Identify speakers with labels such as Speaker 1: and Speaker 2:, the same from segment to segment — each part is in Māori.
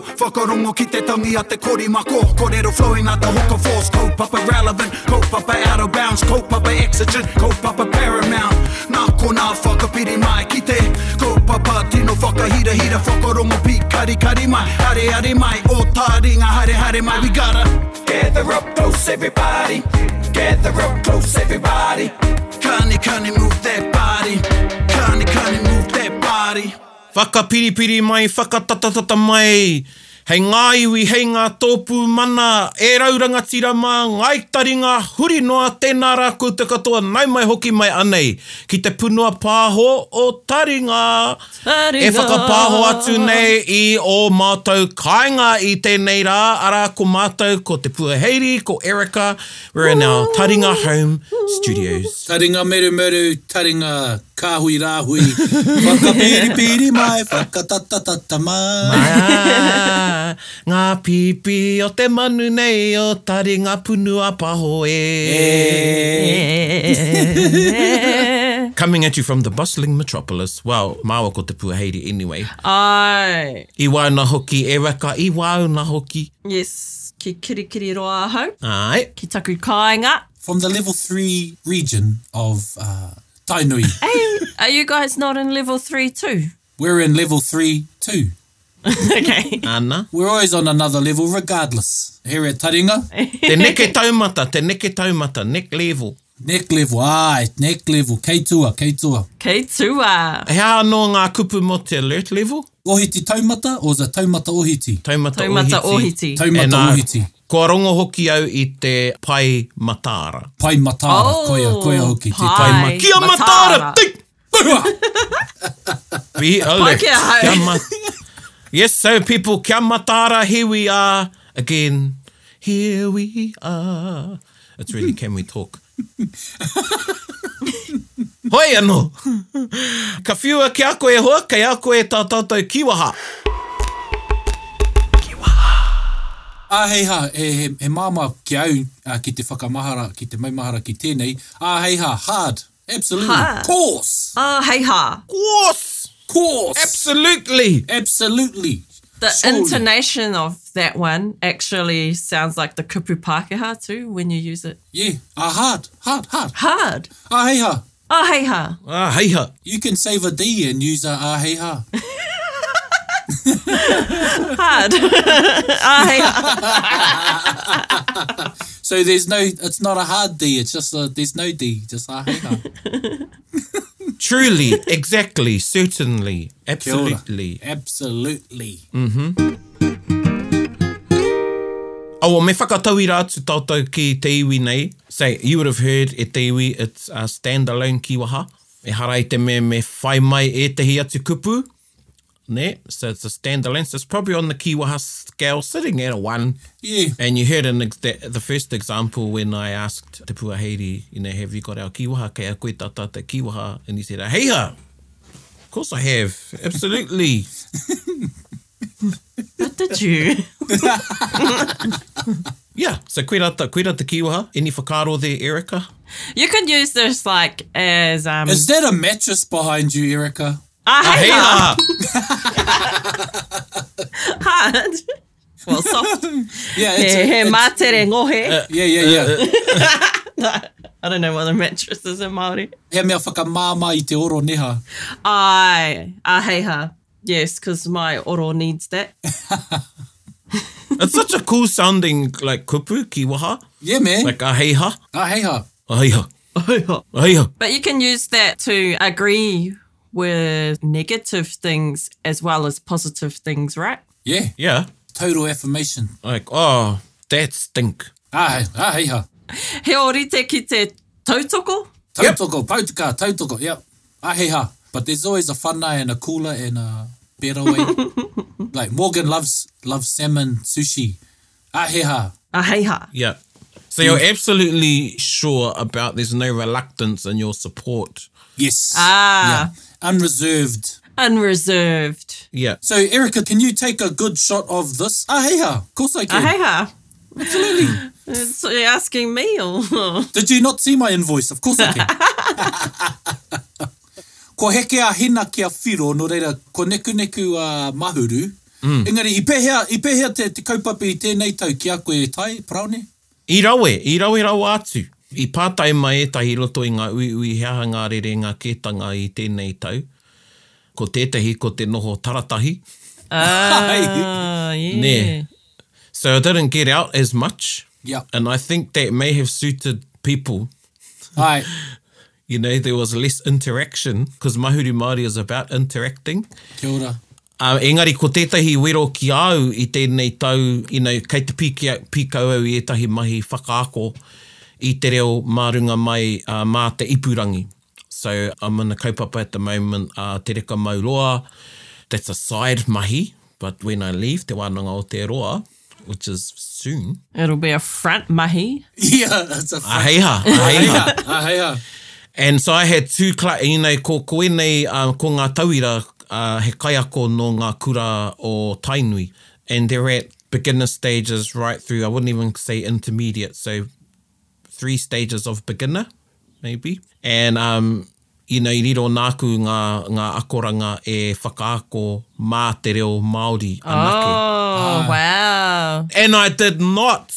Speaker 1: Whakarongo ki te tangi a te korimako Kōrero flowing a te hoko force Kaupapa relevant, kaupapa out of bounds Kaupapa exigent, kaupapa paramount Nā ko nā whakapiri mai ki te Kaupapa tino whakahira hira Whakarongo pi kari kari mai Hare hare mai, o tā ringa hare hare mai We gotta
Speaker 2: Gather up close, everybody. Gather up close, everybody.
Speaker 1: Kani kani move that body Kani kani move that body
Speaker 3: Whakapiripiri mai, whakatatatata mai. Hei ngā iwi, hei ngā tōpū mana, e rauranga tirama, ngai taringa, huri noa tēnā rākou te katoa, nei mai hoki mai anei. Ki te punua pāho o taringa.
Speaker 4: Taringa.
Speaker 3: E whakapāho atu nei i o mātou kāinga i tēnei rā, ara ko mātou, ko te pua Heiri, ko Erika. We're in our Taringa Home Studios.
Speaker 5: Taringa meru meru, taringa kāhui rāhui, whakapiri piri mai, whakatatatata mai.
Speaker 3: Ah, ngā pipi o te manu nei o taringa punua paho e. Coming at you from the bustling metropolis. Well, māua ko te Puaheiri anyway.
Speaker 4: Ai.
Speaker 3: I wāna hoki e raka, i wāna hoki.
Speaker 4: Yes, ki kirikiri roa ahau,
Speaker 3: Ai,
Speaker 4: ki taku kāinga.
Speaker 5: From the level 3 region of uh, Tainui,
Speaker 4: Hey, are you guys not in level three too?
Speaker 5: we're in level 3 too.
Speaker 4: okay.
Speaker 3: ana.
Speaker 5: We're always on another level regardless. Here at Taringa,
Speaker 3: Te neke taumata, te neke taumata, neck level.
Speaker 5: neck level, ai, neck level, keitua, keitua.
Speaker 4: Kei tua.
Speaker 3: Hea anō ngā kupu mo te alert level?
Speaker 5: Ohiti taumata or is it taumata ohiti?
Speaker 3: Taumata,
Speaker 4: Taumata
Speaker 3: ohiti.
Speaker 4: ohiti.
Speaker 5: Taumata
Speaker 3: E nā,
Speaker 5: ohiti.
Speaker 3: Kua rongo hoki au i te pai matara.
Speaker 5: Pai matara, oh,
Speaker 4: Oh,
Speaker 5: koia, koia hoki, te
Speaker 4: pai.
Speaker 5: taumata.
Speaker 3: Ai, kia matara,
Speaker 4: matara.
Speaker 3: tik! Be alert.
Speaker 4: Pakeha au.
Speaker 3: Kia ma- yes, so people, kia matara, here we are again. Here we are. It's really, can we talk? Hoi anō! Ka whiua ki a koe hoa, kei a koe tā tātou kiwaha.
Speaker 5: A hei ha, e, he, he māma ki au uh, ki te whakamahara, ki te maimahara ki tēnei. A hei ha, hard. Absolutely.
Speaker 4: Hard.
Speaker 5: Course.
Speaker 4: Ah, oh, hey ha.
Speaker 3: Course!
Speaker 5: Course.
Speaker 3: Absolutely!
Speaker 5: Absolutely.
Speaker 4: The
Speaker 5: Surely.
Speaker 4: intonation of that one actually sounds like the kupu Pākehā too when you use it.
Speaker 5: Yeah. A hard, hard, hard.
Speaker 4: Hard.
Speaker 5: A hei ha.
Speaker 4: Ah, oh, hey ha.
Speaker 3: Ah, heiha.
Speaker 5: You can save a D and use a a hei ha.
Speaker 4: Hard. ah, hey ha.
Speaker 5: So there's no, it's not a hard D, it's just a, there's no D, just a hei ha.
Speaker 3: Truly, exactly, certainly,
Speaker 5: Kia ora.
Speaker 3: absolutely.
Speaker 5: Absolutely.
Speaker 4: Mm.
Speaker 3: Oh, well, me whakatauira atu tātou ki te iwi nei. So, you would have heard e te iwi, it's a standalone kiwaha. E hara i te me me whai mai e te hi atu kupu. Ne? So, it's a standalone. So, it's probably on the kiwaha scale, sitting at a one.
Speaker 5: Yeah.
Speaker 3: And you heard an ex- the, the first example when I asked Te Puaheiri, you know, have you got our kiwaha? Kei a koe tata te kiwaha. And he said, "Ah, heiha! Of course I have. Absolutely.
Speaker 4: What did you?
Speaker 3: yeah. So, koe rata, koe rata kiwaha. Any whakaro there, Erica?
Speaker 4: You could use this like as um.
Speaker 5: Is that a mattress behind you, Erica?
Speaker 4: ah, hey ha.
Speaker 3: Heiha!
Speaker 4: Hard. Well, soft.
Speaker 5: Yeah, it's,
Speaker 4: he he
Speaker 5: it's,
Speaker 4: mātere ngohe.
Speaker 5: yeah, yeah, yeah.
Speaker 4: I don't know what a mattress is in Māori.
Speaker 5: He mea whakamāmā i te oro neha.
Speaker 4: Ai, aheha. Yes, because my oro needs that.
Speaker 3: It's such a cool sounding like kupu kiwaha,
Speaker 5: Yeah, man.
Speaker 3: like a heiha,
Speaker 5: a hei ha.
Speaker 3: a heiha,
Speaker 4: but
Speaker 3: a heiha.
Speaker 4: you can use that to agree with negative things as well as positive things, right?
Speaker 5: Yeah.
Speaker 3: Yeah,
Speaker 5: Total affirmation.
Speaker 3: like oh that stink.
Speaker 5: Ai, ai, ha.
Speaker 4: He orite ki te tautoko.
Speaker 3: Yep.
Speaker 5: Tautoko, yep. pautuka, tautoko, yep. Ai, ha. But there's always a whana and a cooler and a better way. like Morgan loves loves salmon sushi. Ai, ha.
Speaker 4: Aheha.
Speaker 3: Yeah. So you're absolutely sure about there's no reluctance in your support.
Speaker 5: Yes.
Speaker 4: Ah.
Speaker 5: Yeah. Unreserved.
Speaker 4: Unreserved.
Speaker 3: Yeah.
Speaker 5: So, Erica, can you take a good shot of this? Ai, ha. Of course I can.
Speaker 4: Aheha. Absolutely. So you're asking me or?
Speaker 5: Did you not see my invoice? Of course I can. ko heke a hina ki a whiro, no reira, ko neku neku a mahuru, Mm. Engari, i pēhea, i pēhea te, te kaupapi i tēnei tau ki a koe e tai, praone?
Speaker 3: I rawe, i rawe rau atu. I pātai mai etahi roto i ngā ui ui heaha ngā rere ngā kētanga i tēnei tau. Ko tētahi ko te noho taratahi.
Speaker 4: Ah, yeah.
Speaker 3: Ne. So I didn't get out as much.
Speaker 5: Yeah.
Speaker 3: And I think that may have suited people.
Speaker 5: Ai,
Speaker 3: You know, there was less interaction because Mahuru Māori is about interacting.
Speaker 5: kia ora.
Speaker 3: Uh, engari, ko tētahi wero ki au i tēnei tau, you know, kei te piki, pīkau au i etahi mahi whakaako i te reo mārunga mai uh, mā te ipurangi. So I'm in a kaupapa at the moment, uh, te reka mauroa, that's a side mahi, but when I leave te wānanga o te roa, which is soon,
Speaker 4: It'll be a front mahi.
Speaker 5: Yeah, that's a
Speaker 3: a
Speaker 5: whai.
Speaker 3: heiha, a heiha.
Speaker 5: Ai, Ah, hei ha.
Speaker 3: And so I had two cla you know, ko koenei um, ko ngā tauira uh, he kaiako no ngā kura o Tainui. And they're at beginner stages right through, I wouldn't even say intermediate, so three stages of beginner, maybe. And, um, you know, i riro nāku ngā, ngā akoranga e whakaako mā te reo Māori anake.
Speaker 5: Ah.
Speaker 4: Oh, wow.
Speaker 3: And I did not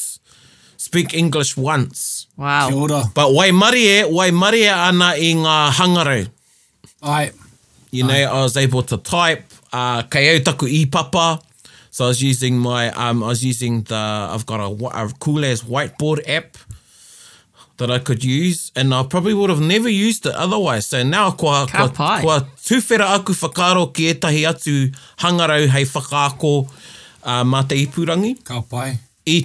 Speaker 3: speak English once.
Speaker 5: Kia
Speaker 4: Wow.
Speaker 5: ora.
Speaker 3: But wai mari e, wai mari e ana i ngā hangarau.
Speaker 5: Ai,
Speaker 3: You know, I was able to type uh, kei au taku i papa. So I was using my, um, I was using the, I've got a, wh- a cool as whiteboard app that I could use and I probably would have never used it otherwise. So now kua,
Speaker 4: Ka
Speaker 3: kua,
Speaker 4: pai.
Speaker 3: kua tūwhera aku whakaro ki etahi atu hangarau hei whakaako uh, mā te ipurangi.
Speaker 5: ka pai.
Speaker 3: I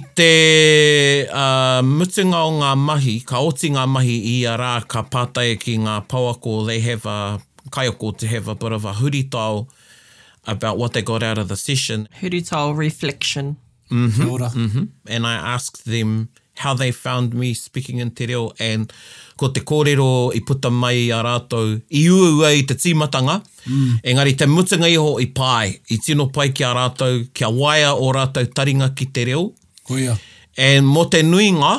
Speaker 3: te uh, mutunga o ngā mahi, ka oti ngā mahi i a rā ka pātai ki ngā pauako, they have a kaiako to have a bit of a huritao about what they got out of the session.
Speaker 4: Hurutau reflection.
Speaker 5: Kia ora.
Speaker 3: And I asked them how they found me speaking in te reo and ko te kōrero i puta mai a rātou i ua ua i te tīmatanga. Mm. Engari te mutunga iho i pai, i tino pai ki a rātou, kia waia o rātou taringa ki te reo.
Speaker 5: Koia.
Speaker 3: And mō te nuinga,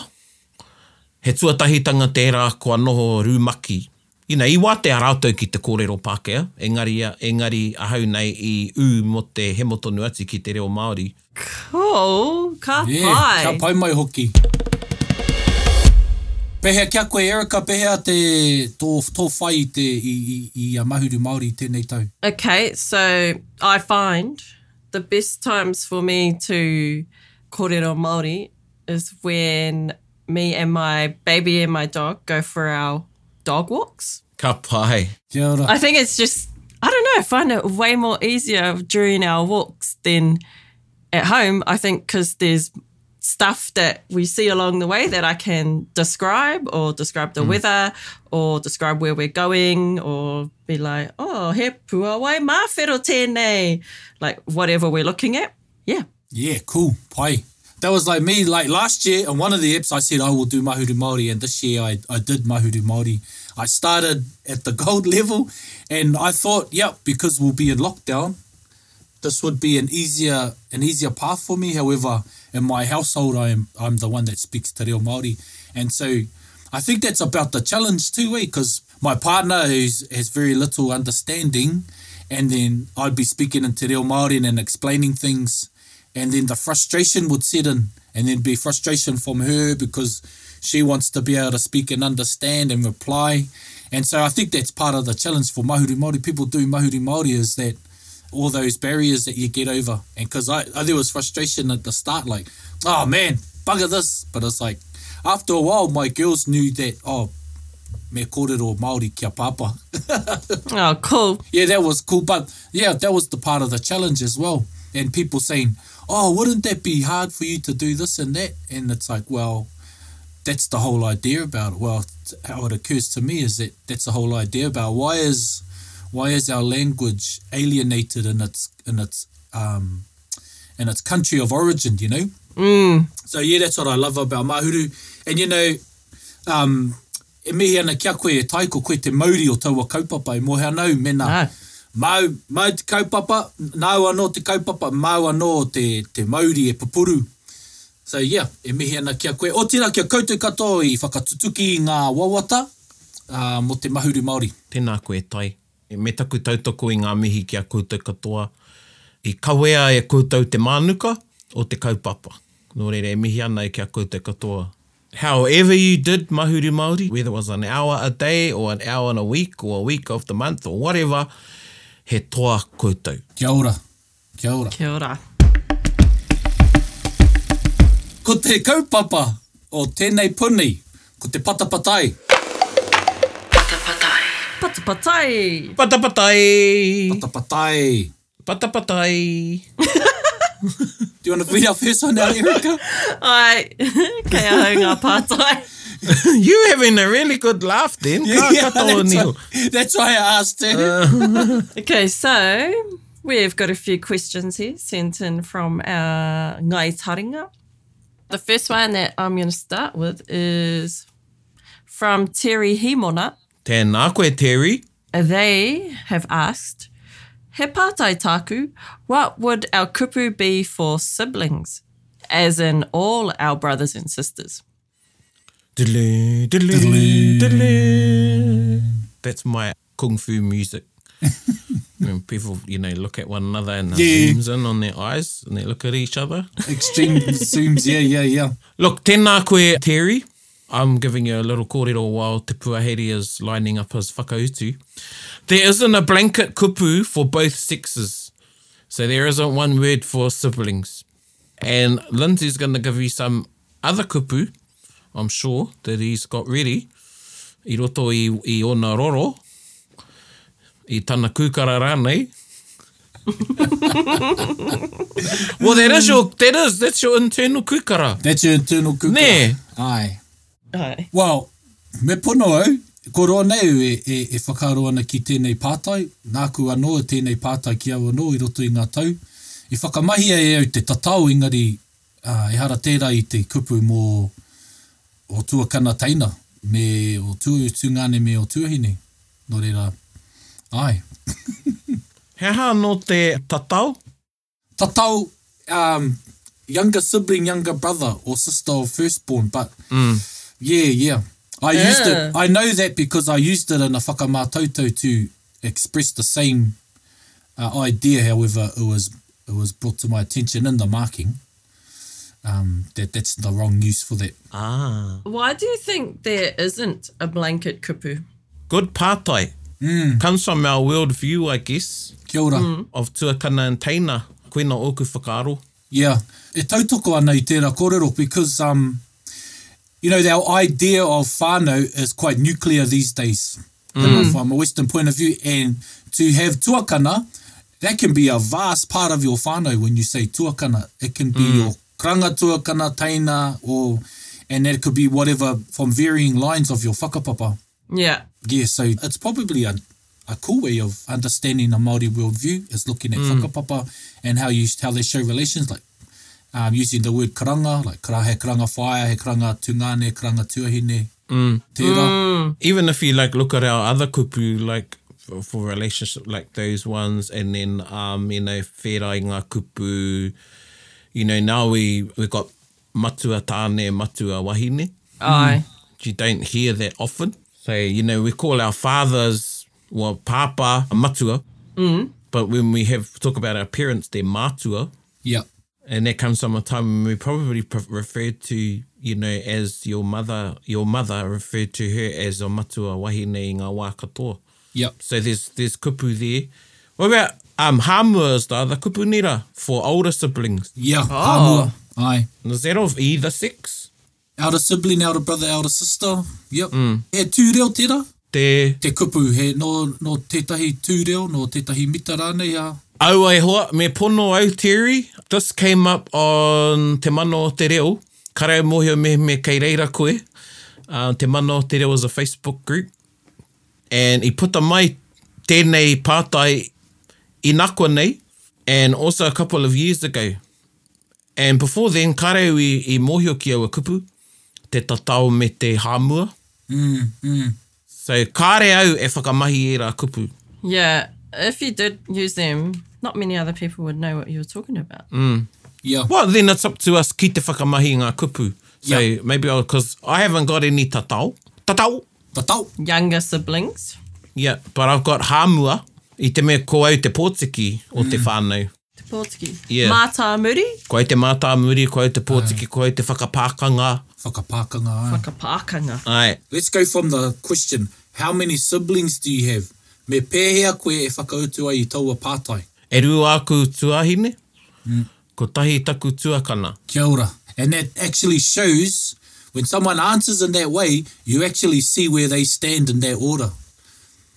Speaker 3: he tuatahitanga tērā kua noho rūmaki. You know, i wā te a rātou ki te kōrero Pākehā, engari, a- engari ahau nei i ū mō te hemotonu atu ki te reo Māori.
Speaker 4: Cool. Ka
Speaker 5: Yeah, ka
Speaker 4: pai.
Speaker 5: pai mai hoki. Pehea kia koe Erika, pehea te tō, tō whai i te i, i, i a mahuru Māori i tēnei tau.
Speaker 4: Okay, so I find the best times for me to kōrero Māori is when me and my baby and my dog go for our dog walks.
Speaker 3: Ka pai.
Speaker 5: Kia ora.
Speaker 4: I think it's just, I don't know, I find it way more easier during our walks than at home. I think because there's stuff that we see along the way that I can describe or describe the weather or describe where we're going or be like, oh, he puawai mawhero tēnei, like whatever we're looking at. Yeah.
Speaker 5: Yeah, cool. Pai. That was like me, like last year on one of the apps I said I will do Mahuru Māori and this year I, I did Mahuru Māori. I started at the gold level and I thought, yep, because we'll be in lockdown, this would be an easier an easier path for me. However, in my household I am I'm the one that speaks Te Reo Māori. And so I think that's about the challenge too, eh? Because my partner who's, has very little understanding and then I'd be speaking in Te Reo Māori and explaining things and then the frustration would set in and there'd be frustration from her because she wants to be able to speak and understand and reply and so I think that's part of the challenge for Mahuri Māori people do Mahuri Māori is that all those barriers that you get over and because I, I there was frustration at the start like oh man bugger this but it's like after a while my girls knew that oh me kōrero Māori kia papa
Speaker 4: Oh, cool.
Speaker 5: yeah, that was cool. But yeah, that was the part of the challenge as well. And people saying, oh, wouldn't that be hard for you to do this and that? And it's like, well, that's the whole idea about it. Well, t- how it occurs to me is that that's the whole idea about why is why is our language alienated in its in its um, in its country of origin? You know. So yeah, that's what I love about Mahuru. And you know, um, e mihi ana kia koe e tai ko koe te mauri o taua kaupapa e mohe anau mena.
Speaker 4: No.
Speaker 5: Mau, mau te kaupapa, nau anō te kaupapa, mau anō te, te mauri e papuru. So yeah, e mihi ana kia koe. O tēnā kia koutou katoa i whakatutuki i ngā wawata uh, mo te mahuru Māori.
Speaker 3: Tēnā koe tai. E Me taku tautoko i ngā mihi ki a koutou katoa. I kawea e koutou te mānuka o te kaupapa. Nō reira, e mihi ana i kia koutou katoa. However you did Mahuru Māori, whether it was an hour a day or an hour and a week or a week of the month or whatever, he toa koutou.
Speaker 5: Kia ora. Kia ora.
Speaker 4: Kia ora.
Speaker 5: Ko te kaupapa o tēnei puni, ko te patapatai.
Speaker 4: Patapatai.
Speaker 3: Patapatai!
Speaker 5: Patapatai.
Speaker 3: Patapatai!
Speaker 5: Do you want to read our first one out, Erica?
Speaker 4: Ai, kei ahau ngā pātai.
Speaker 3: you having a really good laugh then. Yeah, Ka katoa
Speaker 5: that's,
Speaker 3: niho.
Speaker 5: why, that's why I asked eh? her.
Speaker 4: Okay, so we've got a few questions here sent in from our ngai taringa. The first one that I'm going to start with is from Terry Himona.
Speaker 3: Tēnā koe, Terry.
Speaker 4: They have asked, He pātai taku, what would our kupu be for siblings? As in all our brothers and sisters.
Speaker 3: Diddly, diddly, diddly. That's my kung fu music. when people, you know, look at one another and they
Speaker 5: Yeah.
Speaker 3: zooms in on their eyes and they look at each other.
Speaker 5: Extreme zooms, yeah, yeah, yeah.
Speaker 3: Look, tēnā koe, Terry. I'm giving you a little kōrero while Te Puaheri is lining up his whakautu. There isn't a blanket kupu for both sexes. So there isn't one word for siblings. And Lindsay's going to give you some other kupu, I'm sure, that he's got ready. I roto i, i ona roro, i tana kūkara rānei. well, that is your, that is, that's your internal kūkara.
Speaker 5: That's your internal kuka.
Speaker 3: Nē.
Speaker 5: Ai.
Speaker 4: Ai.
Speaker 5: Well, me pono au, ko roa nei au e, e, e whakaro ana ki tēnei pātai, nāku anō e tēnei pātai ki au anō i roto i ngā tau. I whakamahia e au te tatau ingari uh, e hara tērā i te kupu mō o tuakana teina, me o tū, tūngane me o tuahine. Nō reira, ai.
Speaker 3: He aha no te tatau,
Speaker 5: tatau um, younger sibling, younger brother or sister or firstborn. But yeah, yeah. I used it.
Speaker 4: Yeah.
Speaker 5: I know that because I used it in a whakamātautau to express the same uh, idea. However, it was it was brought to my attention in the marking um, that that's the wrong use for that.
Speaker 4: Why do you think there isn't a blanket kupu?
Speaker 3: good pātai. Mm. Comes from our world view, I guess,
Speaker 5: Kia ora.
Speaker 3: of tuakana and teina. Koina oku whakaaro.
Speaker 5: Yeah, e tautoko ana i tērā kōrero because, um, you know, our idea of whānau is quite nuclear these days mm. from a Western point of view. And to have tuakana, that can be a vast part of your whānau when you say tuakana. It can be your kranga tuakana, taina, or, and that could be whatever from varying lines of your whakapapa.
Speaker 4: Yeah.
Speaker 5: Yeah, so it's probably a, a cool way of understanding a Māori worldview is looking at whakapapa and how you how they show relations, like um, using the word karanga, like kara he karanga whaia, he karanga tungane, karanga tuahine, mm. tērā.
Speaker 3: Even if you like look at our other kupu, like for, for relationship like those ones, and then um, you know, wherai ngā kupu, you know, now we we got matua tāne, matua wahine.
Speaker 4: Ai.
Speaker 3: You don't hear that often. So, you know, we call our fathers, well, papa, matua. Mm. But when we have talk about our parents, they're matua.
Speaker 5: Yeah,
Speaker 3: and that comes from a time when we probably pre- referred to you know as your mother your mother referred to her as a matua wahine i ngā wā katoa
Speaker 5: yeah.
Speaker 3: so there's there's kupu there what about um hamua is the other kupu nera for older siblings
Speaker 5: Yeah, oh. hamua. Ai.
Speaker 3: and is that of either sex
Speaker 5: Elder sibling, elder brother, elder sister. Yep. Mm. E tūreo tērā.
Speaker 3: te
Speaker 5: Te kupu, he no, no tētahi tūreo, no tētahi mita rānei a...
Speaker 3: au ai hoa me pono au Terry this came up on Te Mano o Te Reo karau mōhio me me kei reira koe uh, Te Mano o Te Reo is a Facebook group and i puta mai tēnei pātai i nā kua nei and also a couple of years ago and before then karau i, i mōhio ki au a kupu te tatau me te hāmua mm, mm. so kāre au e whakamahi e rā kupu
Speaker 4: Yeah. If you did use them, not many other people would know what you were talking about.
Speaker 5: Yeah.
Speaker 3: Well, then it's up to us ki te whakamahi ngā kupu. So
Speaker 5: Yeah.
Speaker 3: maybe I'll, because I haven't got any tatau. Tatau!
Speaker 5: Tatau.
Speaker 4: Younger siblings.
Speaker 5: Mm.
Speaker 3: Yeah, but I've got hāmua i te mea ko au te pōtiki o te whānau.
Speaker 4: Te Portuguese.
Speaker 3: Yeah.
Speaker 4: Mata muri,
Speaker 3: Koe te mātā muri, koe te pōtiki, koe te whakapākanga.
Speaker 5: Whakapākanga. ai.
Speaker 4: whakapākanga.
Speaker 3: Ai,
Speaker 5: Let's go from the question, how many siblings do you have? Me pēhea koe e whakautu ai i taua pātai.
Speaker 3: e rū aku tuahine,
Speaker 5: Mm.
Speaker 3: ko tahi taku tuakana.
Speaker 5: Kia ora. And that actually shows when someone answers in that way, you actually see where they stand in that order.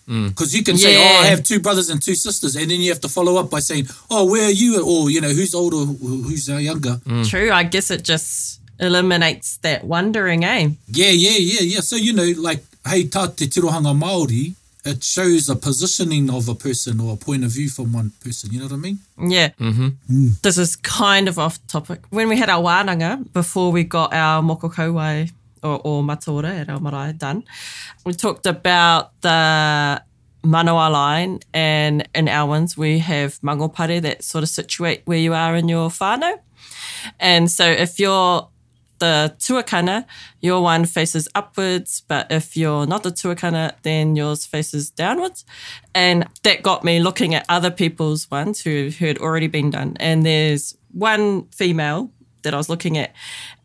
Speaker 5: Because you can say, "Oh, I
Speaker 4: Yeah.
Speaker 5: have two brothers and two sisters," and then you have to follow up by saying, "Oh, where are you?" Or you know, who's older, wh- who's uh, younger?
Speaker 4: True, I guess it just eliminates that wondering, eh?
Speaker 5: Yeah, yeah, yeah, yeah. So you know, like, hey, tā te tirohanga Maori, it shows a positioning of a person or a point of view from one person. You know what I mean?
Speaker 4: Yeah. Mm-hmm. This is kind of off topic. When we had our wānanga, before we got our moko kauai or, or mataora at our marae done, we talked about the manawa line and in our ones we have mangopare that sort of situate where you are in your whānau. And so if you're the tuakana, your one faces upwards, but if you're not the tuakana, then yours faces downwards. And that got me looking at other people's ones who who had already been done. And there's one female that I was looking at,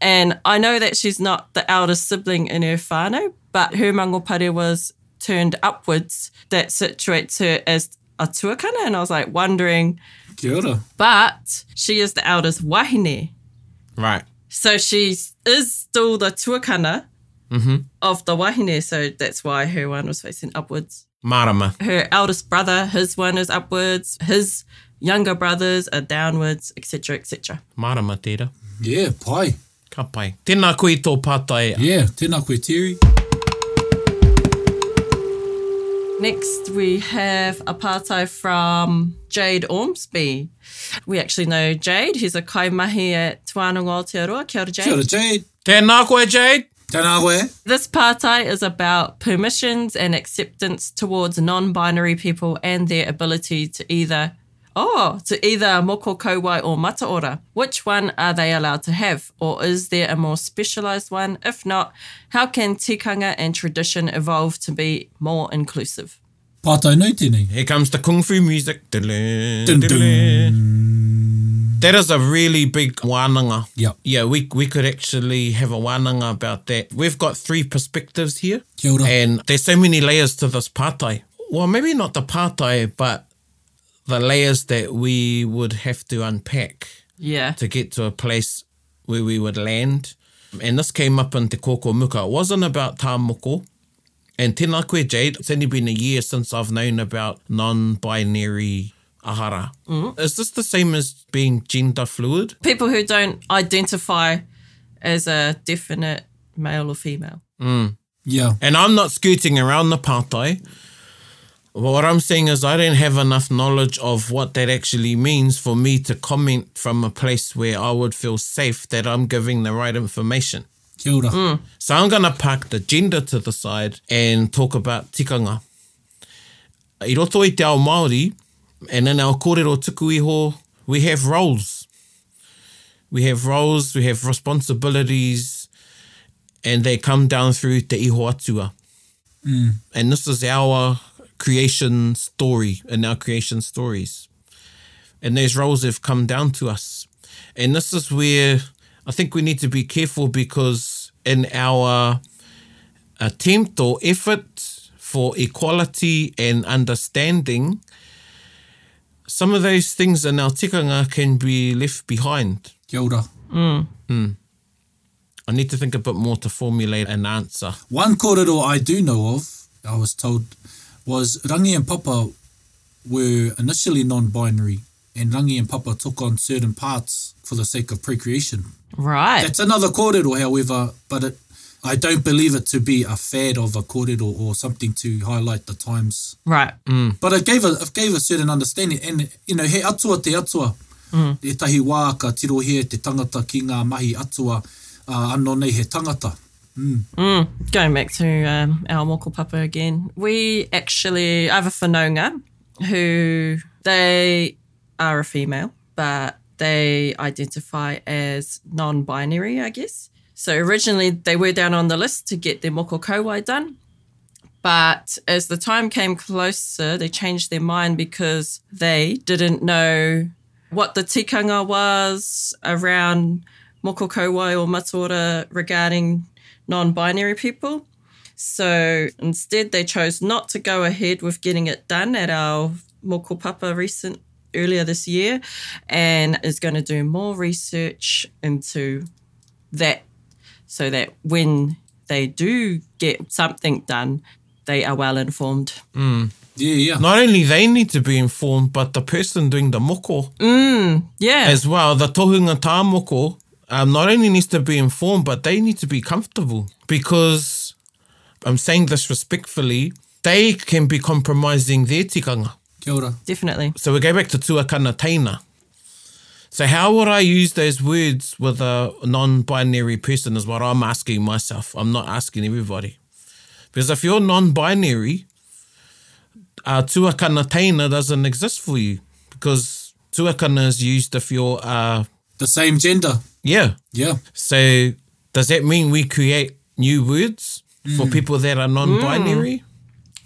Speaker 4: and I know that she's not the eldest sibling in her whānau, but her mangopare was turned upwards. That situates her as a tuakana, and I was like wondering,
Speaker 5: Kia ora.
Speaker 4: but she is the eldest wahine.
Speaker 3: Right.
Speaker 4: So she is still the tuakana
Speaker 5: Mm-hmm.
Speaker 4: of the wahine, so that's why her one was facing upwards.
Speaker 3: Marama.
Speaker 4: Her eldest brother, his one is upwards. His younger brothers are downwards, etc., etc.
Speaker 3: Marama tērā.
Speaker 5: Yeah, pai.
Speaker 3: Ka pai. Tēnā koe tō pātai.
Speaker 5: Yeah, tēnā koe Terry.
Speaker 4: Next, we have apartheid from Jade Ormsby. We actually know Jade. He's a kaimahi at Tuanong Aotearoa. Kia ora, Jade.
Speaker 5: Kia ora Jade.
Speaker 3: Tēnā koe, Jade.
Speaker 5: Tēnā koe.
Speaker 4: This partai is about permissions and acceptance towards non-binary people and their ability to either oh to either moko kowai or mataora. Which one are they allowed to have, or is there a more specialised one? If not, how can tikanga and tradition evolve to be more inclusive?
Speaker 5: Pātai nui tēnei.
Speaker 3: Here comes the kung fu music.
Speaker 5: Dun,
Speaker 3: That is a really big wānanga.
Speaker 5: Yep.
Speaker 3: Yeah, we, we could actually have a wānanga about that. We've got three perspectives here.
Speaker 5: Kia ora.
Speaker 3: And there's so many layers to this pātai. Well, maybe not the pātai, but the layers that we would have to unpack
Speaker 4: Yeah.
Speaker 3: to get to a place where we would land. And this came up in Te Koko Muka. It wasn't about Tāmoko. And tēnā koe, Jade, it's only been a year since I've known about non-binary ahara. Is this the same as being gender fluid?
Speaker 4: People who don't identify as a definite male or female.
Speaker 5: Yeah.
Speaker 3: And I'm not scooting around the pātai. What I'm saying is I don't have enough knowledge of what that actually means for me to comment from a place where I would feel safe that I'm giving the right information.
Speaker 5: Kia ora.
Speaker 3: So I'm going to park the gender to the side and talk about tikanga. I roto i te ao Māori, and in our kōrero tuku iho, we have roles. We have roles, we have responsibilities, and they come down through te iho atua. And this is our creation story and our creation stories. And those roles have come down to us. And this is where I think we need to be careful because in our attempt or effort for equality and understanding, some of those things in our tikanga can be left behind.
Speaker 5: Kia ora.
Speaker 3: I need to think a bit more to formulate an answer.
Speaker 5: One kōrero I do know of, I was told, was Rangi and Papa were initially non-binary and Rangi and Papa took on certain parts for the sake of procreation.
Speaker 4: Right.
Speaker 5: That's another kōrero, however, but it, I don't believe it to be a fad of a kōrero or something to highlight the times.
Speaker 4: right.
Speaker 5: But it gave a, it gave a certain understanding and, you know, he atua te atua. Mm. E tahi wā ka tirohe te tangata ki ngā mahi atua uh, anō nei he tangata.
Speaker 4: going back to um, our moko papa again, we actually I have a whanaunga who they are a female, but they identify as non-binary, I guess. So originally they were down on the list to get their moko kauai done, but as the time came closer, they changed their mind because they didn't know what the tikanga was around mokokowai or matora regarding non-binary people. So instead, they chose not to go ahead with getting it done at our Mokopapa recent earlier this year, and is going to do more research into that, so that when they do get something done, they are well informed.
Speaker 5: Yeah, yeah.
Speaker 3: Not only they need to be informed, but the person doing the moko
Speaker 4: Yeah,
Speaker 3: as well, the tohunga tāmoko, um, not only needs to be informed, but they need to be comfortable because I'm saying this respectfully, they can be compromising their tikanga.
Speaker 5: Kia ora.
Speaker 4: definitely.
Speaker 3: So we go back to tuakana taina. So how would I use those words with a non-binary person is what I'm asking myself. I'm not asking everybody. Because if you're non-binary, uh, tuakana taina doesn't exist for you because tuakana is used if you're, uh,
Speaker 5: The same gender.
Speaker 3: yeah.
Speaker 5: Yeah.
Speaker 3: So does that mean we create new words for people that are non-binary?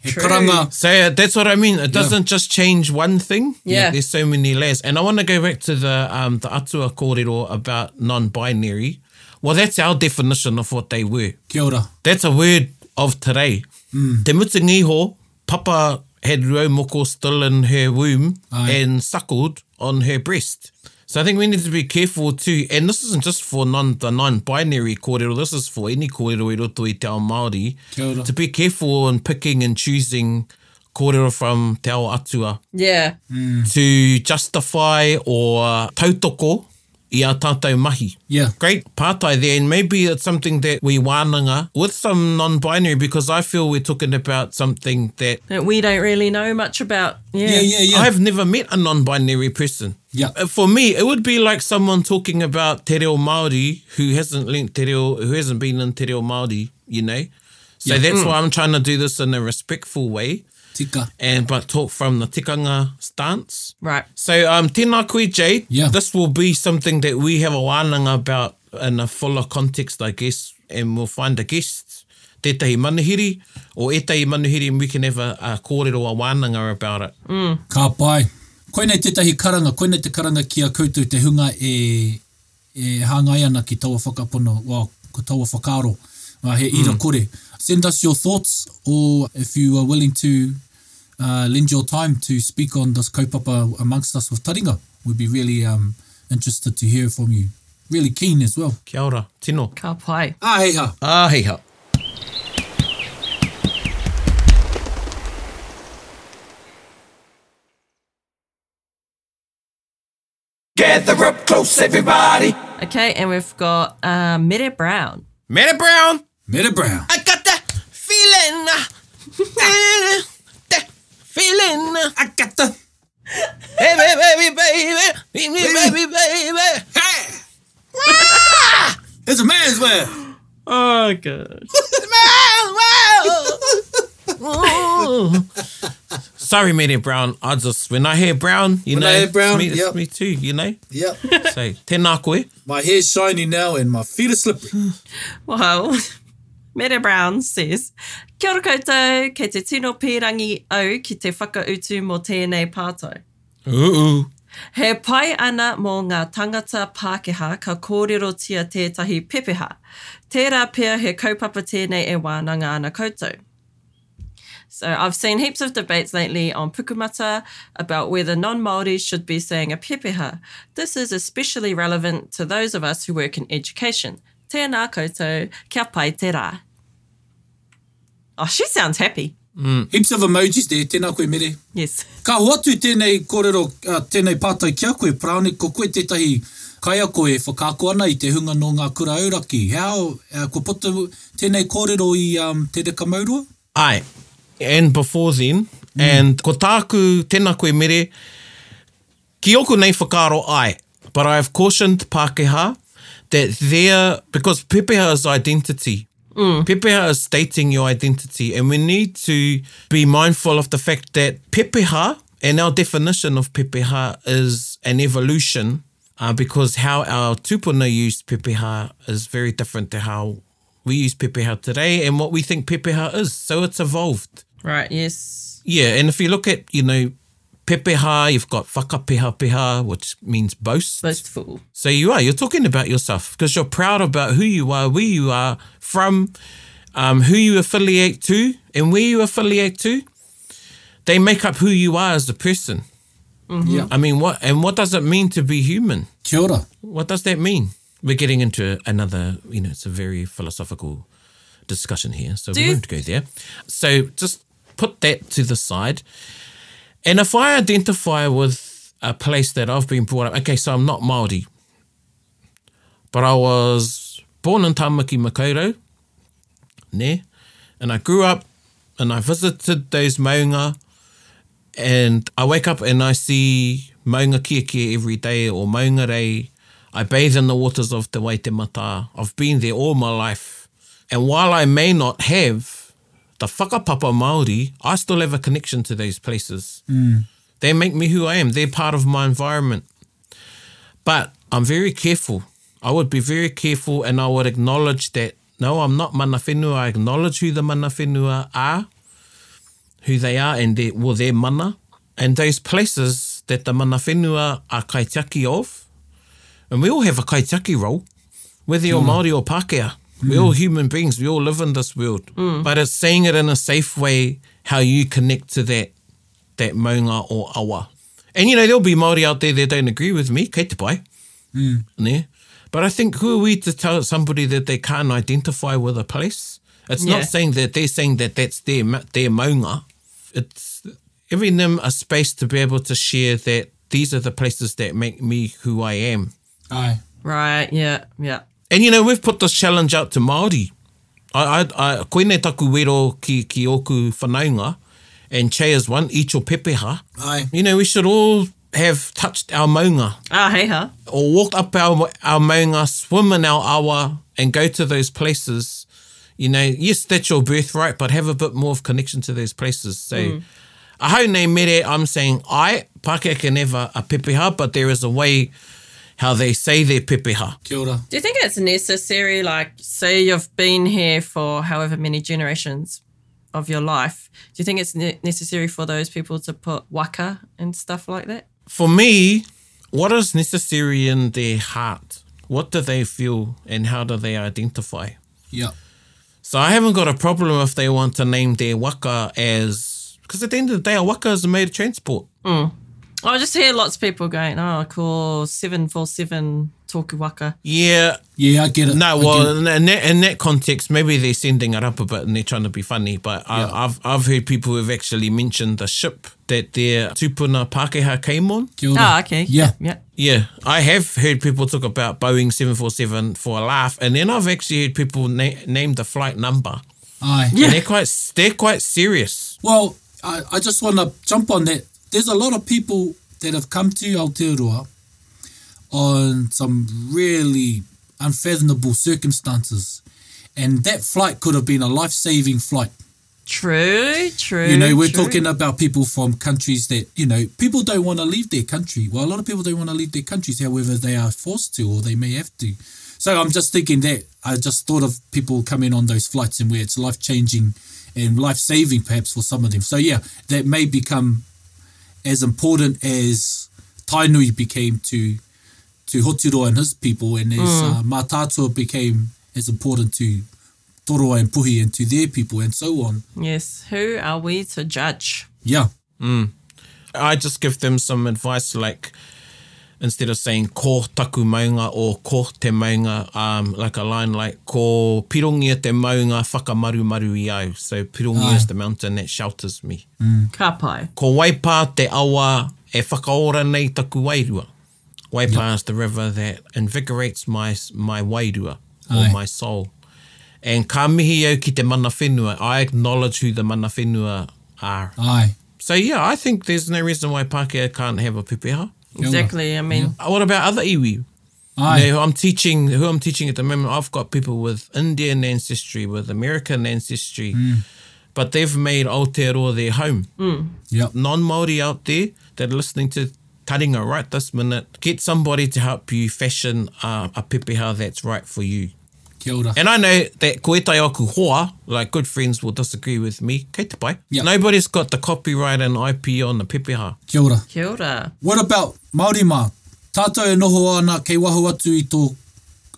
Speaker 5: He karanga.
Speaker 3: So uh, that's what I mean. It doesn't just change one thing.
Speaker 4: Yeah.
Speaker 3: There's so many layers. And I want to go back to the um the atua kōrero about non-binary. Well, that's our definition of what they were.
Speaker 5: Kia ora.
Speaker 3: That's a word of today.
Speaker 5: Hmm.
Speaker 3: Te mutu ngiho, Papa had Raumoko still in her womb and suckled on her breast. So I think we need to be careful too. And this isn't just for non the non-binary kōrero. This is for any kōrero i roto i te ao Māori.
Speaker 5: Kia ora.
Speaker 3: To be careful in picking and choosing kōrero from te ao atua
Speaker 4: Yeah,
Speaker 5: Hmm.
Speaker 3: to justify or tautoko i a tātou mahi.
Speaker 5: Yeah.
Speaker 3: Great pātai there, and maybe it's something that we wānanga with some non-binary because I feel we're talking about something that
Speaker 4: that we don't really know much about.
Speaker 5: Mm. Yeah, yeah, yeah.
Speaker 3: I've never met a non-binary person.
Speaker 5: Yeah.
Speaker 3: Uh, For me, it would be like someone talking about te reo Māori who hasn't linked te reo, who hasn't been in te reo Māori, you know? So that's
Speaker 5: Hmm.
Speaker 3: why I'm trying to do this in a respectful way,
Speaker 5: Tika.
Speaker 3: and but talk from the tikanga stance.
Speaker 4: Right.
Speaker 3: So um, tēnā koe, Jay.
Speaker 5: Yeah.
Speaker 3: This will be something that we have a wānanga about in a fuller context, I guess, and we'll find a guest, tētahi manuhiri, or etahi manuhiri, and we can have a, a kōrero a wānanga about it.
Speaker 5: Ka pai. Koinei tētahi karanga, koinei te karanga ki a koutou te hunga e, e hāngai ana ki taua whakapono, wow, ko taua whakaro, uh, he ira kore. Send us your thoughts or if you are willing to uh, lend your time to speak on this kaupapa amongst us with Taringa. We'd be really um, interested to hear from you. Really keen as well.
Speaker 3: Kia ora, tino.
Speaker 4: Ka pai.
Speaker 5: Ah, hei ha.
Speaker 3: Ah, hei hau.
Speaker 2: Gather up close, everybody.
Speaker 4: Okay, and we've got uh, Meta Brown.
Speaker 3: Meta Brown,
Speaker 5: Meta Brown.
Speaker 3: I got that feeling. uh, that feeling. uh,
Speaker 5: I got the...
Speaker 3: Hey, baby, baby, baby. Baby, baby, baby.
Speaker 5: Hey! it's a man's man.
Speaker 4: Oh, good.
Speaker 3: Sorry, Mary Brown. I just when I hear Brown, you
Speaker 5: When
Speaker 3: know,
Speaker 5: I hear
Speaker 3: it's
Speaker 5: Brown,
Speaker 3: me, it's
Speaker 5: yep.
Speaker 3: me too. You know,
Speaker 5: Yep.
Speaker 3: so tēnā koe.
Speaker 5: My hair's shiny now and my feet are slippery.
Speaker 4: Well, Meta Brown says, Kia ora koutou, kei te tino pīrangi au ki te whakautu mō tēnei pātau.
Speaker 3: Ooh,
Speaker 4: He pai ana mō ngā tangata Pākehā ka kōrero tia tētahi pepeha. Tērā pia he kaupapa tēnei e wānanga ana koutou. So I've seen heaps of debates lately on pukumata about whether non-Māori should be saying a pepeha. This is especially relevant to those of us who work in education. Tēnā koutou, kia pai tērā. Oh, she sounds happy.
Speaker 5: Heaps of emojis there, tēnā koe mere.
Speaker 4: Yes.
Speaker 5: Ka hoatu tēnei kōrero, uh, tēnei pātai kia koe, praone ko koe tētahi kaia koe whakako ana i te hunga no ngā kura auraki. How, uh, ko putu tēnei kōrero i um, te reka maurua?
Speaker 3: Ai, and before then,
Speaker 5: Mm.
Speaker 3: and ko tāku tēnā koe mere, ki oku nei whakaro ai, but I have cautioned Pākehā that there, because pepeha is identity. Pepeha is stating your identity, and we need to be mindful of the fact that pepeha and our definition of pepeha is an evolution uh, because how our tupuna used pepeha is very different to how we use pepeha today and what we think pepeha is. So it's evolved.
Speaker 4: Right, yes.
Speaker 3: Yeah, and if you look at, you know, pepeha, you've got whakapeha peha, which means boast.
Speaker 4: boastful.
Speaker 3: So you are, you're talking about yourself because you're proud about who you are, where you are from, um, who you affiliate to, and where you affiliate to. They make up who you are as a person.
Speaker 4: Mhm.
Speaker 5: Yeah.
Speaker 3: I mean, what and what does it mean to be human?
Speaker 5: Kia ora.
Speaker 3: What does that mean? We're getting into another, you know, it's a very philosophical discussion here, so we
Speaker 4: you-
Speaker 3: won't go there. So just put that to the side. And if I identify with a place that I've been brought up, okay, so I'm not Māori, but I was born in Tamaki Makaurau, ne? And I grew up and I visited those maunga and I wake up and I see maunga kia kia every day or maunga rei. I bathe in the waters of Te Waitemata. I've been there all my life. And while I may not have the whakapapa Māori, I still have a connection to those places. They make me who I am. They're part of my environment. But I'm very careful. I would be very careful and I would acknowledge that no, I'm not mana whenua. I acknowledge who the mana whenua are, who they are, and their, well, their mana. And those places that the mana whenua are kaitiaki of. And we all have a kaitiaki role, whether you're Māori or Pākehā. We're all human beings. We all live in this world. But it's saying it in a safe way how you connect to that that maunga or awa. And you know, there'll be Māori out there that don't agree with me, kei te pai. Yeah. But I think who are we to tell somebody that they can't identify with a place? It's not
Speaker 4: Yeah.
Speaker 3: saying that they're saying that that's their ma- their maunga. It's giving them a space to be able to share that these are the places that make me who I am.
Speaker 5: Ai.
Speaker 4: Right, yeah, yeah.
Speaker 3: And you know, we've put this challenge out to Māori. I, I, I, koine taku wero ki, ki oku whanaunga, and Che is one, icho pepeha.
Speaker 5: Ai.
Speaker 3: You know, we should all have touched our maunga
Speaker 4: Ah, hey, huh?
Speaker 3: or walked up our, our maunga, swim in our awa, and go to those places. You know, yes, that's your birthright, but have a bit more of connection to those places. So, a haune mere, I'm saying I, Pākehā can have a, a pepeha, but there is a way how they say their pepeha.
Speaker 5: Kia ora.
Speaker 4: Do you think it's necessary, like, say you've been here for however many generations of your life? Do you think it's ne- necessary for those people to put waka and stuff like that?
Speaker 3: for me, what is necessary in their heart? What do they feel and how do they identify?
Speaker 5: Yeah.
Speaker 3: So I haven't got a problem if they want to name their waka as because at the end of the day, a waka is a mode of transport.
Speaker 4: I just hear lots of people going, "Oh, I call seven four seven toku waka."
Speaker 3: Yeah,
Speaker 5: Yeah, I get it.
Speaker 3: no.
Speaker 5: I get
Speaker 3: Well,
Speaker 5: it.
Speaker 3: in in that, in that context, maybe they're sending it up a bit and they're trying to be funny. But I,
Speaker 5: Yeah.
Speaker 3: I've I've heard people who've actually mentioned the ship that their tupuna Pākehā came on.
Speaker 5: Kia ora.
Speaker 4: Ah, okay.
Speaker 5: Yeah.
Speaker 4: yeah.
Speaker 3: Yeah, I have heard people talk about Boeing 747 for a laugh, and then I've actually heard people na- name the flight number.
Speaker 5: Ai.
Speaker 3: And they're quite they're quite serious.
Speaker 5: Well, I, I just want to jump on that. There's a lot of people that have come to Aotearoa on some really unfathomable circumstances. And that flight could have been a life saving flight.
Speaker 4: True. True.
Speaker 5: You know, we're
Speaker 4: true.
Speaker 5: talking about people from countries that, you know, people don't want to leave their country. Well, a lot of people don't want to leave their countries, however, they are forced to or they may have to. So I'm just thinking that I just thought of people coming on those flights and where it's life changing and life saving perhaps for some of them. So yeah, that may become as important as Tainui became to to Hotiro and his people and as uh, Matatua became as important to Toroa and Puhi and to their people and so on.
Speaker 4: Yes. Who are we to judge?
Speaker 5: Yeah.
Speaker 3: I just give them some advice like instead of saying ko taku maunga or ko te maunga, um, like a line like ko pirongia te maunga whakamarumaru i au. So pirongia is the mountain that shelters me.
Speaker 4: Kapai.
Speaker 3: Ko Waipa te awa e whakaora nei taku wairua. Waipa is the river that invigorates my my wairua or
Speaker 5: Aye.
Speaker 3: my soul. And ka mihi au ki te mana whenua. I acknowledge who the mana whenua are.
Speaker 5: Aye.
Speaker 3: So yeah, I think there's no reason why Pākehā can't have a pepeha.
Speaker 5: ora.
Speaker 4: Exactly. I mean,
Speaker 3: Uh, What about other iwi?
Speaker 5: Aye.
Speaker 3: You know, I'm teaching who I'm teaching at the moment. I've got people with Indian ancestry, with American ancestry,
Speaker 5: Hmm.
Speaker 3: but they've made Aotearoa their home.
Speaker 5: Yep.
Speaker 3: non Māori out there that are listening to Taringa right this minute, get somebody to help you fashion uh, a pepeha that's right for you.
Speaker 5: Kia ora.
Speaker 3: And I know that koetai aku hoa, like good friends will disagree with me. Kei te pai.
Speaker 5: Yeah.
Speaker 3: Nobody's got the copyright and IP on the pepeha.
Speaker 5: Kia ora.
Speaker 4: Kia ora.
Speaker 5: What about Māori mā? Tātou e noho ana kei waho atu i tō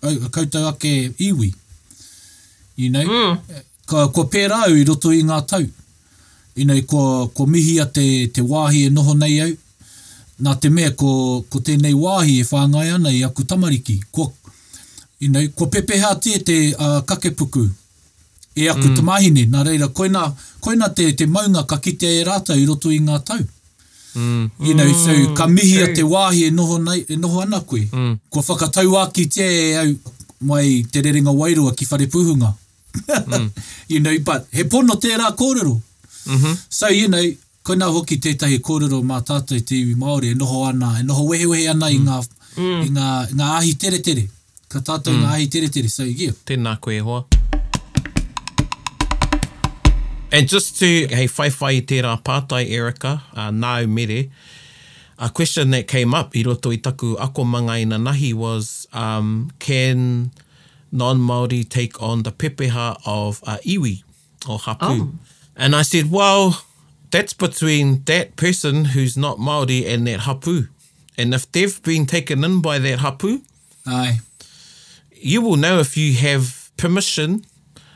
Speaker 5: au- koutou ake iwi. You know? Mm. Ka, ko pērā au i roto i ngā tau. You know, ko, ko mihia te, te wāhi e noho nei au. Nā te mea, ko, ko tēnei wāhi e whāngai ana i aku tamariki. Ko, you know, ko pepehā tia te uh, kakepuku e aku mm. tamahine. Nā reira, koina, koina te, te maunga ka kite e rātau i roto i ngā tau. You know, so ka mihi a te wāhi e noho, nei, e noho ana koe. Mm. Ko whakatau aki te e au mai te rerenga wairua ki whare puhunga. Mm. you know, but he pono tērā kōrero. Mm-hmm. So, you know, koina hoki tētahi kōrero mā tātou te iwi Māori e noho ana, e noho wehewehe ana mm. i, ngā, mm. i ngā, ngā ahi tere tere. Ka tātou mm. ngā ahi tere tere. So, yeah.
Speaker 3: Tēnā koe hoa. And just to, hey, whaiwhai i tērā pātai, Erica, uh, nāu mere, a question that came up i roto i taku akomanga i nā nahi was, um, can non-Māori take on the pepeha of uh, iwi or hapu?
Speaker 4: Oh.
Speaker 3: And I said, well, that's between that person who's not Māori and that hapu. And if they've been taken in by that hapu,
Speaker 5: Ai.
Speaker 3: you will know if you have permission.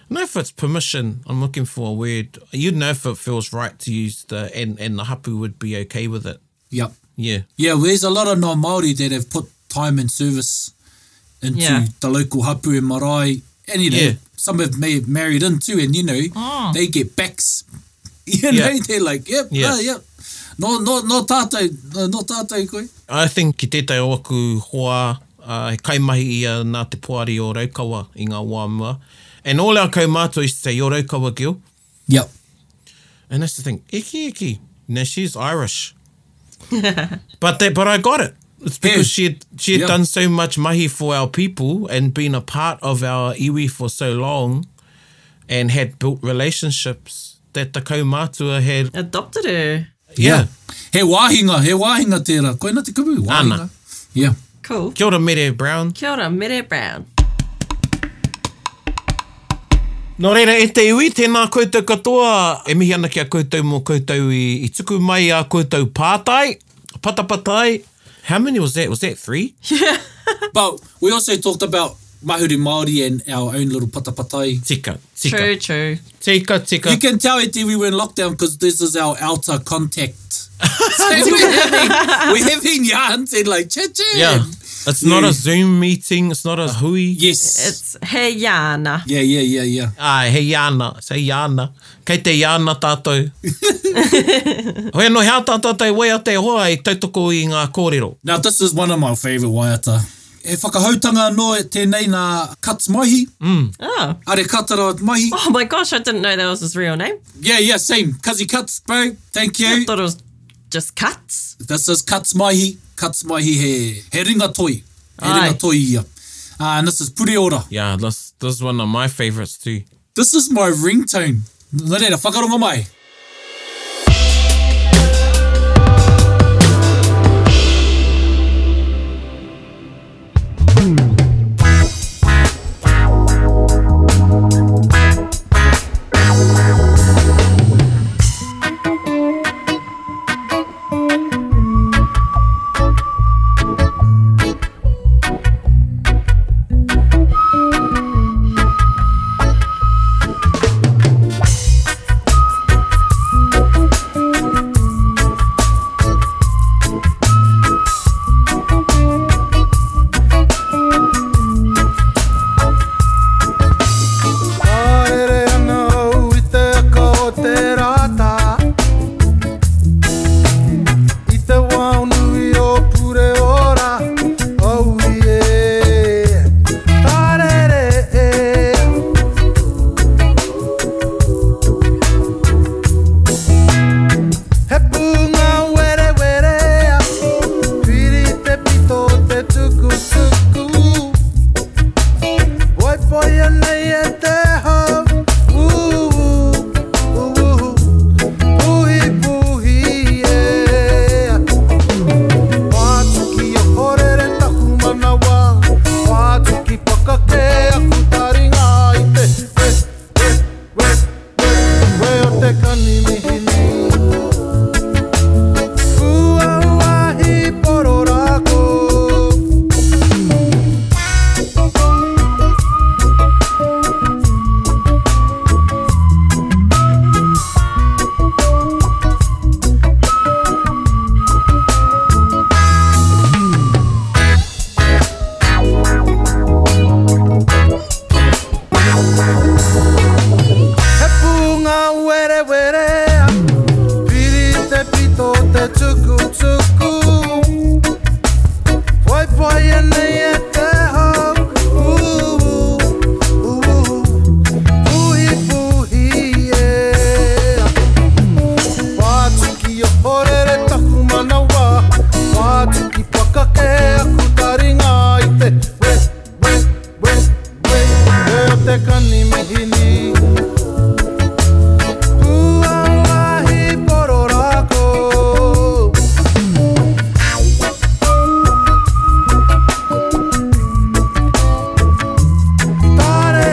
Speaker 3: I know if it's permission. I'm looking for a word. You'd know if it feels right to use the and and the hapu would be okay with it.
Speaker 5: Yep.
Speaker 3: Yeah.
Speaker 5: Yeah, well, there's a lot of non-Māori that have put time and service into
Speaker 4: Yeah.
Speaker 5: the local hapu and marae. And, you know,
Speaker 3: Yeah.
Speaker 5: some have may have married in too, and, you know, they get backs. You know,
Speaker 3: Yeah.
Speaker 5: they're like, yep, yeah.
Speaker 3: Yeah.
Speaker 5: yep. No, no, no tātou, no, no tātou koe.
Speaker 3: I think ki tētai o aku hoa uh, he kaimahi ia nā te poari o Raukawa i ngā wāmua. And all our kaumātua used to say, yo Raukawa girl.
Speaker 5: Yep.
Speaker 3: And that's the thing. Iki Iki. Now she's Irish. but that but I got it. It's because
Speaker 5: Yeah.
Speaker 3: she had, she had
Speaker 5: Yeah.
Speaker 3: done so much mahi for our people and been a part of our iwi for so long and had built relationships that the kaumātua had.
Speaker 4: Adopted her.
Speaker 3: Yeah.
Speaker 5: He wāhinga, he wāhinga tērā. Koina te kubu, wāhinga.
Speaker 3: Ana.
Speaker 5: Yeah.
Speaker 4: Cool.
Speaker 3: Kia ora mere Brown.
Speaker 4: Kia ora, Mere Brown.
Speaker 3: Nō reira, e te iwi, tēnā koutou katoa. E mihi ana ki a koutou mō koutou i, i tuku mai a koutou pātai, patapatai. How many was that? Was that three?
Speaker 5: But we also talked about mahuri Māori and our own little patapatai.
Speaker 3: Tika, tika.
Speaker 4: True, true.
Speaker 3: Tika, tika.
Speaker 5: You can tell it we were in lockdown because this is our outer contact. So we're, having, we're having yarns and like chat chat.
Speaker 3: Yeah. It's not
Speaker 5: Yeah.
Speaker 3: a Zoom meeting. It's not a hui. Yeah.
Speaker 5: Yes.
Speaker 4: It's Hey Yana.
Speaker 5: yeah, yeah, yeah, yeah.
Speaker 3: Ai, hei ana. Say ana. Kei te ana tātou. Hoi anō hea tātou te wea te hoa i tautoko i ngā kōrero.
Speaker 5: Now, this is one of my favourite waiata. E whakahautanga no e tēnei nā Kats Mahi.
Speaker 4: Oh.
Speaker 5: Are Katara Mahi.
Speaker 4: Oh my gosh, I didn't know that was his real name.
Speaker 5: Yeah, yeah, same. Kazi Kats, bro. Thank
Speaker 4: I
Speaker 5: you.
Speaker 4: thought it was just cuts.
Speaker 5: This is Kats Mahi. Kats Mahi he, he ringa toi. He
Speaker 4: Aye.
Speaker 5: ringa toi ia. Uh, and this is Pure Ora.
Speaker 3: Yeah, this, this is one of my favourites too.
Speaker 5: This is my ringtone. Nā reira, whakaronga mai.
Speaker 6: Marere anau i te kao te rata I te waunui o pure ora Au ie Tarere e He punga were were a Piri te pito te tuku tuku Boy, boy, and they at their home. Ooh, ooh, ooh, booey, booey, yeah. Wātuki a kōrere taku manawa. Wātuki pakake a kutaringa. e. e E te kani mihini Kualahi pororako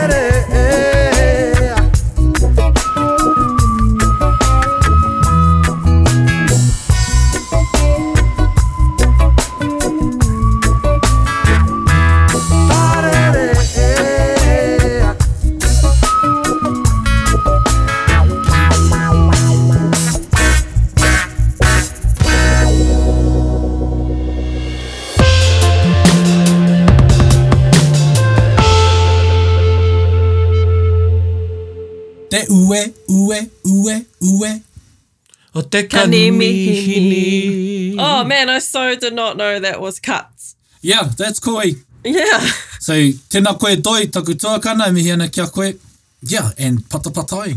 Speaker 6: Tarere eh, Tarere
Speaker 5: Te ue, ue, ue, ue.
Speaker 3: O te
Speaker 4: Kanimihini.
Speaker 3: kanimihini.
Speaker 4: Oh man, I so did not know that was cuts.
Speaker 5: Yeah, that's cool, eh?
Speaker 4: Yeah.
Speaker 5: So, tēnā koe toi, taku tuakana, mihi ana kia koe. Yeah, and patapatai.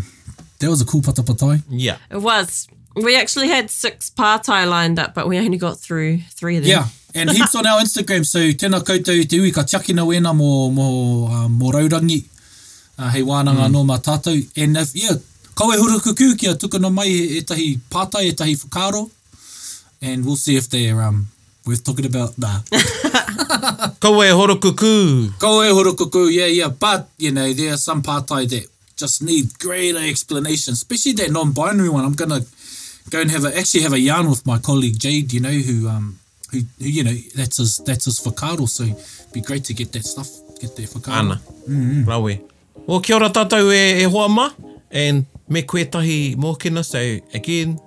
Speaker 5: That was a cool patapatai.
Speaker 3: Yeah.
Speaker 4: It was. We actually had six partai lined up, but we only got through three of them.
Speaker 5: Yeah, and heaps on our Instagram. So tēnā koutou i te ui ka tiakina wena mō, mō, uh, mō raurangi. Uh, hei wānanga mm. no mā tātou. And if, yeah, kawe huru kukū kia tukuna mai e, e tahi pātai, e tahi whakaro. And we'll see if they're um, worth talking about. Nah.
Speaker 3: Koe horokuku.
Speaker 5: Koe horokuku, yeah, yeah. But, you know, there are some pātai that just need greater explanation, especially that non-binary one. I'm going to go and have a, actually have a yarn with my colleague Jade, you know, who, um, who, who you know, that's his, that's his whakaro. So it'd be great to get that stuff, get their whakaro.
Speaker 3: Ana. Mm. Rawe. O kia ora tātou e, e hoa ma. And me koe tahi mōkena. So again,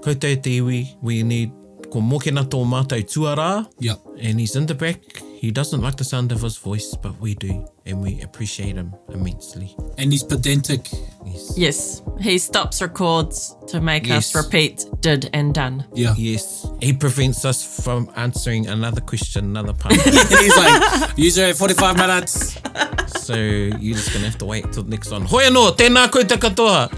Speaker 3: koutou e te iwi. We need ko mōkena tō mātou tuarā.
Speaker 5: Yep.
Speaker 3: And he's in the back. He doesn't like the sound of his voice, but we do. And we appreciate him immensely.
Speaker 5: And he's pedantic.
Speaker 3: Yes.
Speaker 4: Yes. He stops records to make
Speaker 3: Yes.
Speaker 4: us repeat did and done.
Speaker 5: Yeah.
Speaker 3: Yes. He prevents us from answering another question, another part.
Speaker 5: And he's like, user at 45 minutes.
Speaker 3: So you're just gonna have to wait till next one. Hoi anō, tēnā koutou katoa.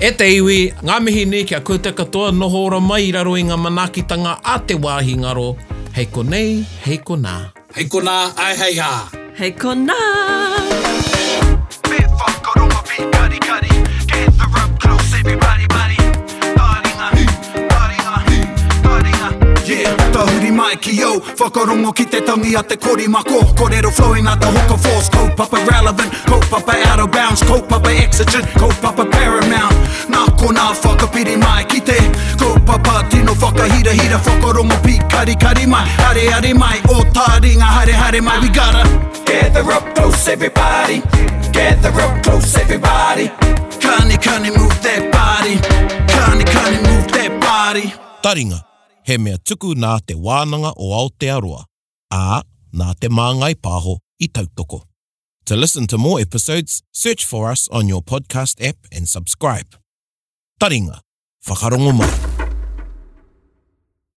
Speaker 3: e te iwi, ngā mihi ne kia koutou katoa noho ora mai i raro i ngā manaakitanga a te wāhi ngaro. Hei ko nei, hei ko nā.
Speaker 5: Hei kona, ai hei ha.
Speaker 4: Hey kona.
Speaker 1: Bit whakaronga beat, kari kari. Gather up close, everybody, buddy. Taringa, taringa, taringa. Yeah, tahuri mai ki yo Whakarongo ki te tangi a te kori mako Korero flowing a te hoka force Kaupapa relevant, kaupapa out of bounds Kaupapa exigent, kaupapa paramount Nā ko nā whakapiri mai ki te Kaupapa tino whakahira hira Whakarongo pi kari kari mai Hare hare mai, o taringa hare hare mai We gotta
Speaker 2: Gather up close, everybody. Gather up close, everybody.
Speaker 1: Kani kani move that body Kani kani move that body
Speaker 3: Taringa, he mea tuku nā te wānanga o Aotearoa, ā nā te māngai pāho i tautoko. To listen to more episodes, search for us on your podcast app and subscribe. Taringa, whakarongo mai.